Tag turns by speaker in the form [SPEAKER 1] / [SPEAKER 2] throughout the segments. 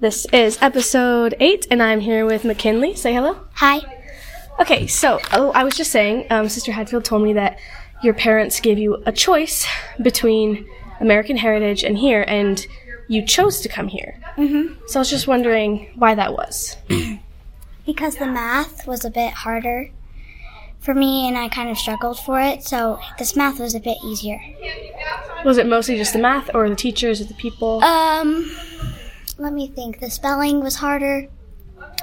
[SPEAKER 1] This is episode eight, and I'm here with McKinley. Say hello.
[SPEAKER 2] Hi.
[SPEAKER 1] Okay, so oh, I was just saying, um, Sister Hadfield told me that your parents gave you a choice between American Heritage and here, and you chose to come here.
[SPEAKER 2] Mhm.
[SPEAKER 1] So I was just wondering why that was.
[SPEAKER 2] Because the math was a bit harder for me and I kind of struggled for it, so this math was a bit easier.
[SPEAKER 1] Was it mostly just the math, or the teachers, or the people?
[SPEAKER 2] Um let me think. The spelling was harder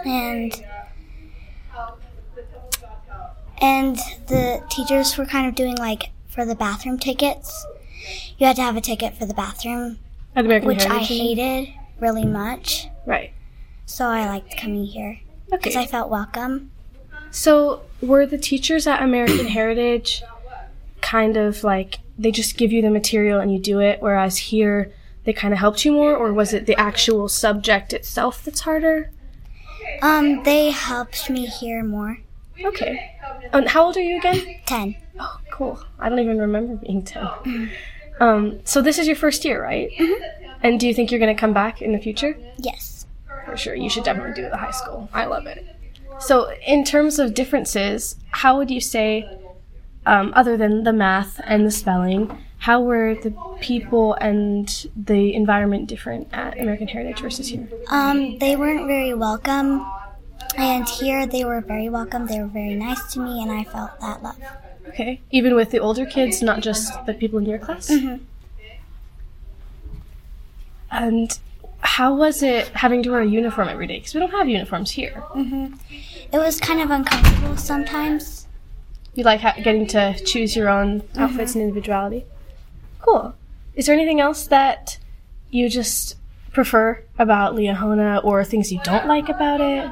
[SPEAKER 2] and and the teachers were kind of doing like for the bathroom tickets. You had to have a ticket for the bathroom,
[SPEAKER 1] At American
[SPEAKER 2] which I
[SPEAKER 1] Heritage. you mean?
[SPEAKER 2] hated really much.
[SPEAKER 1] Right.
[SPEAKER 2] So I liked coming here
[SPEAKER 1] Okay.
[SPEAKER 2] because I felt welcome.
[SPEAKER 1] So, were the teachers at American Heritage kind of like they just give you the material and you do it, whereas here they kind of helped you more, or was it the actual subject itself that's harder?
[SPEAKER 2] Um, they helped me hear more.
[SPEAKER 1] Okay. And how old are you again?
[SPEAKER 2] Ten.
[SPEAKER 1] Oh, cool. I don't even remember being 10. Um, so, this is your first year, right? Mm-hmm. And do you think you're going to come back in the future?
[SPEAKER 2] Yes.
[SPEAKER 1] for sure. You should definitely do the high school. I love it. So, in terms of differences, how would you say, um, other than the math and the spelling, how were the people and the environment different at American Heritage versus here?
[SPEAKER 2] Um, they weren't very welcome, and here they were very welcome. They were very nice to me, and I felt that love.
[SPEAKER 1] Okay. Even with the older kids, not just the people in your class?
[SPEAKER 2] Mhm.
[SPEAKER 1] And how was it having to wear a uniform every day? Because we don't have uniforms here.
[SPEAKER 2] It was kind of uncomfortable sometimes.
[SPEAKER 1] You like ha- getting to choose your own outfits and individuality. Cool. Is there anything else that you just prefer about Leahona or things you don't like about it?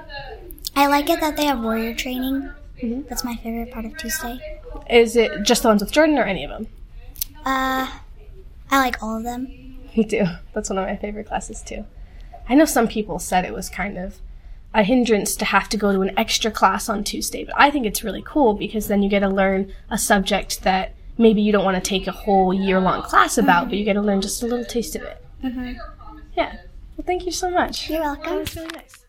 [SPEAKER 2] I like it that they have warrior training. That's my favorite part of Tuesday.
[SPEAKER 1] Is it just the ones with Jordan or any of them?
[SPEAKER 2] Uh, I like all of them.
[SPEAKER 1] Me too. That's one of my favorite classes too. I know some people said it was kind of a hindrance to have to go to an extra class on Tuesday, but I think it's really cool because then you get to learn a subject that maybe you don't want to take a whole year long class about, but you get to learn just a little taste of it. Yeah. Well, thank you so much.
[SPEAKER 2] You're welcome.
[SPEAKER 1] That was really nice.